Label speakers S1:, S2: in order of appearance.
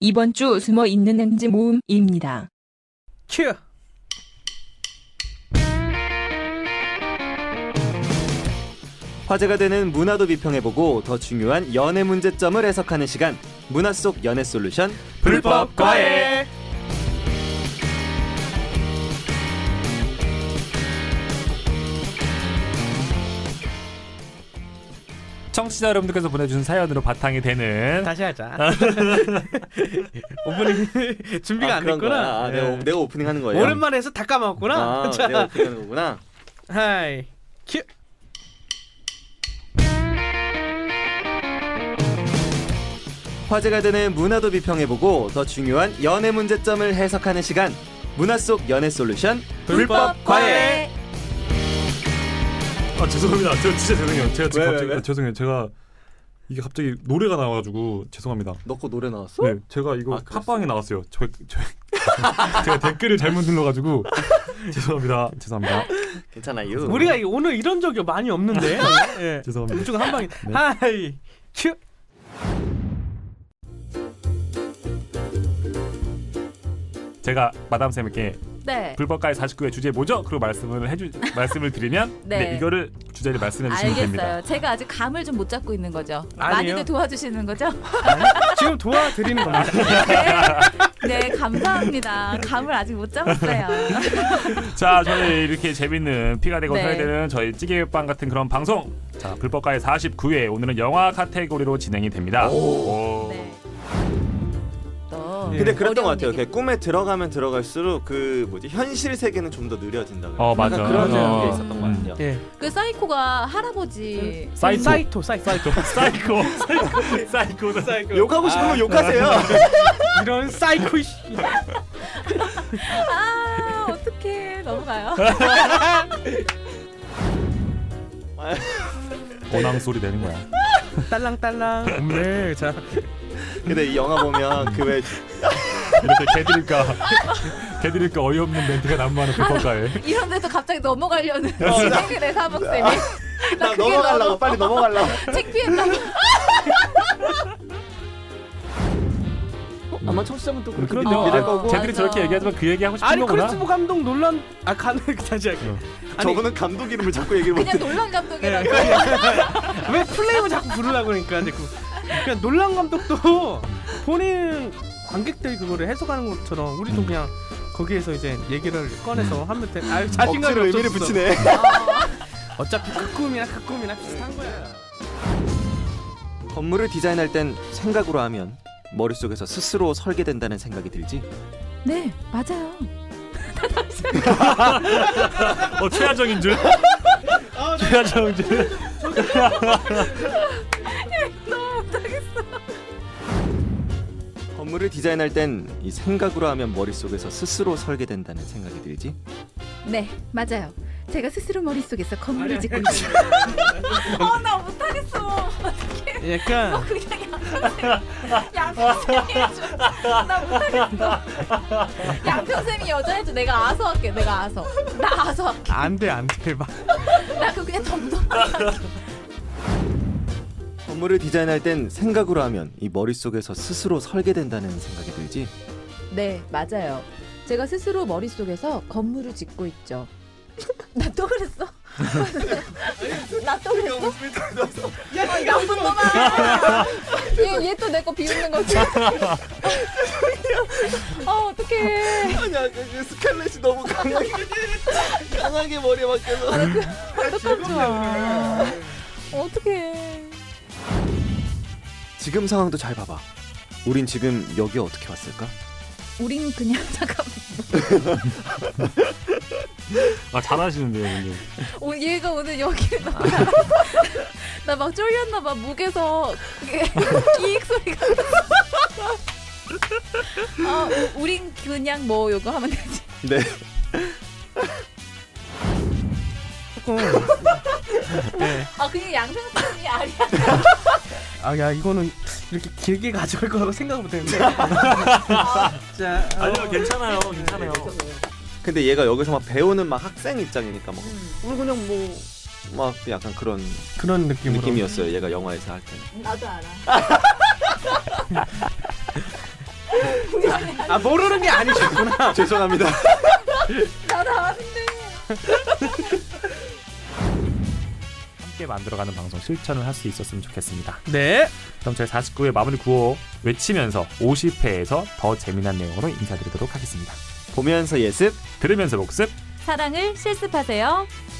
S1: 이번 주 숨어 있는 엔지 모음입니다.
S2: 큐.
S3: 화제가 되는 문화도 비평해보고 더 중요한 연애 문제점을 해석하는 시간 문화 속 연애 솔루션 아,
S2: 불법 과외.
S4: 청취자 여러분들께서 보내준 사연으로 바탕이 되는
S2: 다시 하자.
S3: 아.
S2: 오프닝 준비가
S3: 아,
S2: 안 됐구나.
S3: 그런 거야. 아,
S2: 예.
S3: 내가, 내가 오프닝 하는 거예요
S2: 오랜만에 해서 다 까먹었구나.
S3: 아,
S2: 자,
S3: 내가 오프닝 하는 거구나
S2: 하이. 큐.
S3: 화제가 되는 문화도 비평해보고 더 중요한 연애 문제점을 해석하는 시간 문화 속 연애 솔루션
S2: 불법 과외.
S4: 아 죄송합니다. 저 진짜 죄송해요. 제가 지금
S3: 왜, 왜,
S4: 갑자기
S3: 왜?
S4: 아, 죄송해요. 제가 이게 갑자기 노래가 나와가지고 죄송합니다.
S3: 너거 노래 나왔어?
S4: 네, 제가 이거
S3: 아, 그랬어?
S4: 팟빵에 나왔어요. 저, 저 제가 댓글을 잘못 눌러가지고 죄송합니다. 죄송합니다.
S3: 괜찮아요
S2: 우리가 이- 오늘 이런 적이 많이 없는데. 예.
S4: 죄송합니다.
S2: 무조건 한 방에.
S4: 네.
S2: 하이. 큐.
S4: 제가 마담 쌤에게
S5: 네.
S4: 불법가의 49회 주제 뭐죠? 그리고 말씀을 해주 말씀을 드리면 네.
S5: 네.
S4: 이거를 주제를 말씀해 주시면 됩니다.
S5: 알겠어요. 제가 아직 감을 좀 못 잡고 있는 거죠.
S2: 아니에요.
S5: 많이들 도와주시는 거죠?
S2: 지금 도와드리는 겁니다.
S5: 네, 감사합니다. 감을 아직 못 잡았어요.
S4: 자, 저희 이렇게 재밌는 피가 되고
S5: 네.
S4: 살이 되는 저희 찌개빵 같은 그런 방송. 자, 불법가의 49회 오늘은 영화 카테고리로 진행이 됩니다. 오.
S5: 네. 또
S2: 예.
S3: 근데 그랬던 것
S5: 어려운
S3: 같아요
S5: 얘기.
S3: 이렇게 꿈에 들어가면 들어갈수록 그 뭐지 현실 세계는 좀 더 느려진다 그래요
S4: 어, 맞아.
S3: 약간 그런
S2: 맞아.
S3: 게 있었던 것 같아요
S2: 예.
S5: 그 사이코가 할아버지
S4: 사이코.
S2: 사이토, 사이토.
S4: 사이코. 사이코. 사이코.
S2: 사이코.
S3: 욕하고 싶으면
S2: 아,
S3: 욕하세요
S2: 이런 사이코 씨.
S5: 아 어떡해 넘어가요
S4: 원앙 소리 내는 거야.
S2: 딸랑딸랑. 네, 자.
S3: 근데 이 영화 보면 그왜
S4: 이렇게 개드릴까. 개드릴까 어이없는 멘트가 난무하는 불법가에.
S5: 이런 데서 갑자기 넘어가려는 생각이 내 사복쌤이
S3: 나 넘어가려고 빨리 넘어가려고
S5: 창피했다
S3: 어, 아마 청취자분도 그렇게
S4: 그럼요.
S3: 믿을
S4: 아,
S3: 거고
S5: 제-
S4: 쟤들이
S5: 맞아.
S4: 저렇게 얘기하지만 그 얘기하고 싶은
S2: 아니
S4: 거구나.
S2: 크리스토프 감독 논란 아 가는 다시 할게.
S4: 어.
S2: 아니
S3: 저분은 감독 이름을 자꾸 얘기를
S5: 그냥
S3: 못해
S5: 놀란 감독이라고
S2: 네. 왜 플레임을 자꾸 부르려고 그러니까 근데 그 그냥 논란 감독도 본인 관객들이 그거를 해석하는 것처럼 우리도 그냥 거기에서 이제 얘기를 꺼내서 하면 돼. 아 자신감이
S3: 억지로 의미를
S2: 없어졌어.
S3: 붙이네
S2: 어차피 그 꿈이나 그 꿈이나 비슷한 거야.
S3: 건물을 디자인할 땐 생각으로 하면 머릿속에서 스스로 설계된다는 생각이 들지
S5: 네 맞아요
S4: 어, 최하정인 줄. 아, 최하정인 줄.
S5: 너무 못하겠어
S3: 건물을 디자인할 땐 이 생각으로 하면 머릿속에서 스스로 설계된다는 생각이 들지
S5: 네 맞아요 제가 스스로 머릿속에서 건물을
S2: 아니,
S5: 짓고 있어요 어나 못하겠어
S2: 약간
S5: 그냥 양평쌤이 양평쌤이 나 못하겠어 양평쌤이 여자애죠 내가 아서 할게 내가 아서 나 아서 할게
S2: 안돼 안돼 막
S5: 나 그거 그냥 덤덤하게 할게
S3: 건물을 디자인할 땐 생각으로 하면 이 머릿속에서 스스로 설계된다는 생각이 들지
S5: 네 맞아요 제가 스스로 머릿속에서 건물을 짓고 있죠 나 또 그랬어? 나 또 그랬어? 어, 나쁜 놈아 얘 또 내 거 비웃는 거지? 아 어떡해
S3: 그 스칼렛이 너무 강하게 강하게 머리에 박혀서
S5: 깜짝아 어떡해
S3: 지금 상황도 잘 봐봐 우린 지금 여기 어떻게 왔을까?
S5: 우린 그냥 잠깐
S4: 아, 잘하시는데요, 형님.
S5: 오, 얘가 오늘 여기 나 막 쫄렸나 봐 목에서 그게 기익 소리가 아 우- 우린 그냥 뭐 요거 하면 되지
S3: 네
S2: 조금
S5: 아 그냥 양평선이 아니야
S2: 아야 이거는 이렇게 길게 가져갈 거라고 생각 못했는데 자 어,
S4: 아니요, 괜찮아요. 괜찮아요.
S3: 근데 얘가 여기서 막 배우는 막 학생 입장이니까 막
S2: 음.
S3: 오늘 그냥 뭐 막 약간 그런
S2: 그런 느낌으로
S3: 느낌이었어요. 얘가 영화에서 할 때는.
S5: 나도 알아
S2: 아 모르는 게 아니셨구나.
S3: 죄송합니다.
S5: 나도 안 돼.
S4: 함께 만들어가는 방송 실천을 할 수 있었으면 좋겠습니다.
S2: 네.
S4: 그럼 저희 49회 마무리 구호 외치면서 50회에서 더 재미난 내용으로 인사드리도록 하겠습니다.
S3: 보면서 예습.
S4: 들으면서 복습
S6: 사랑을 실습하세요.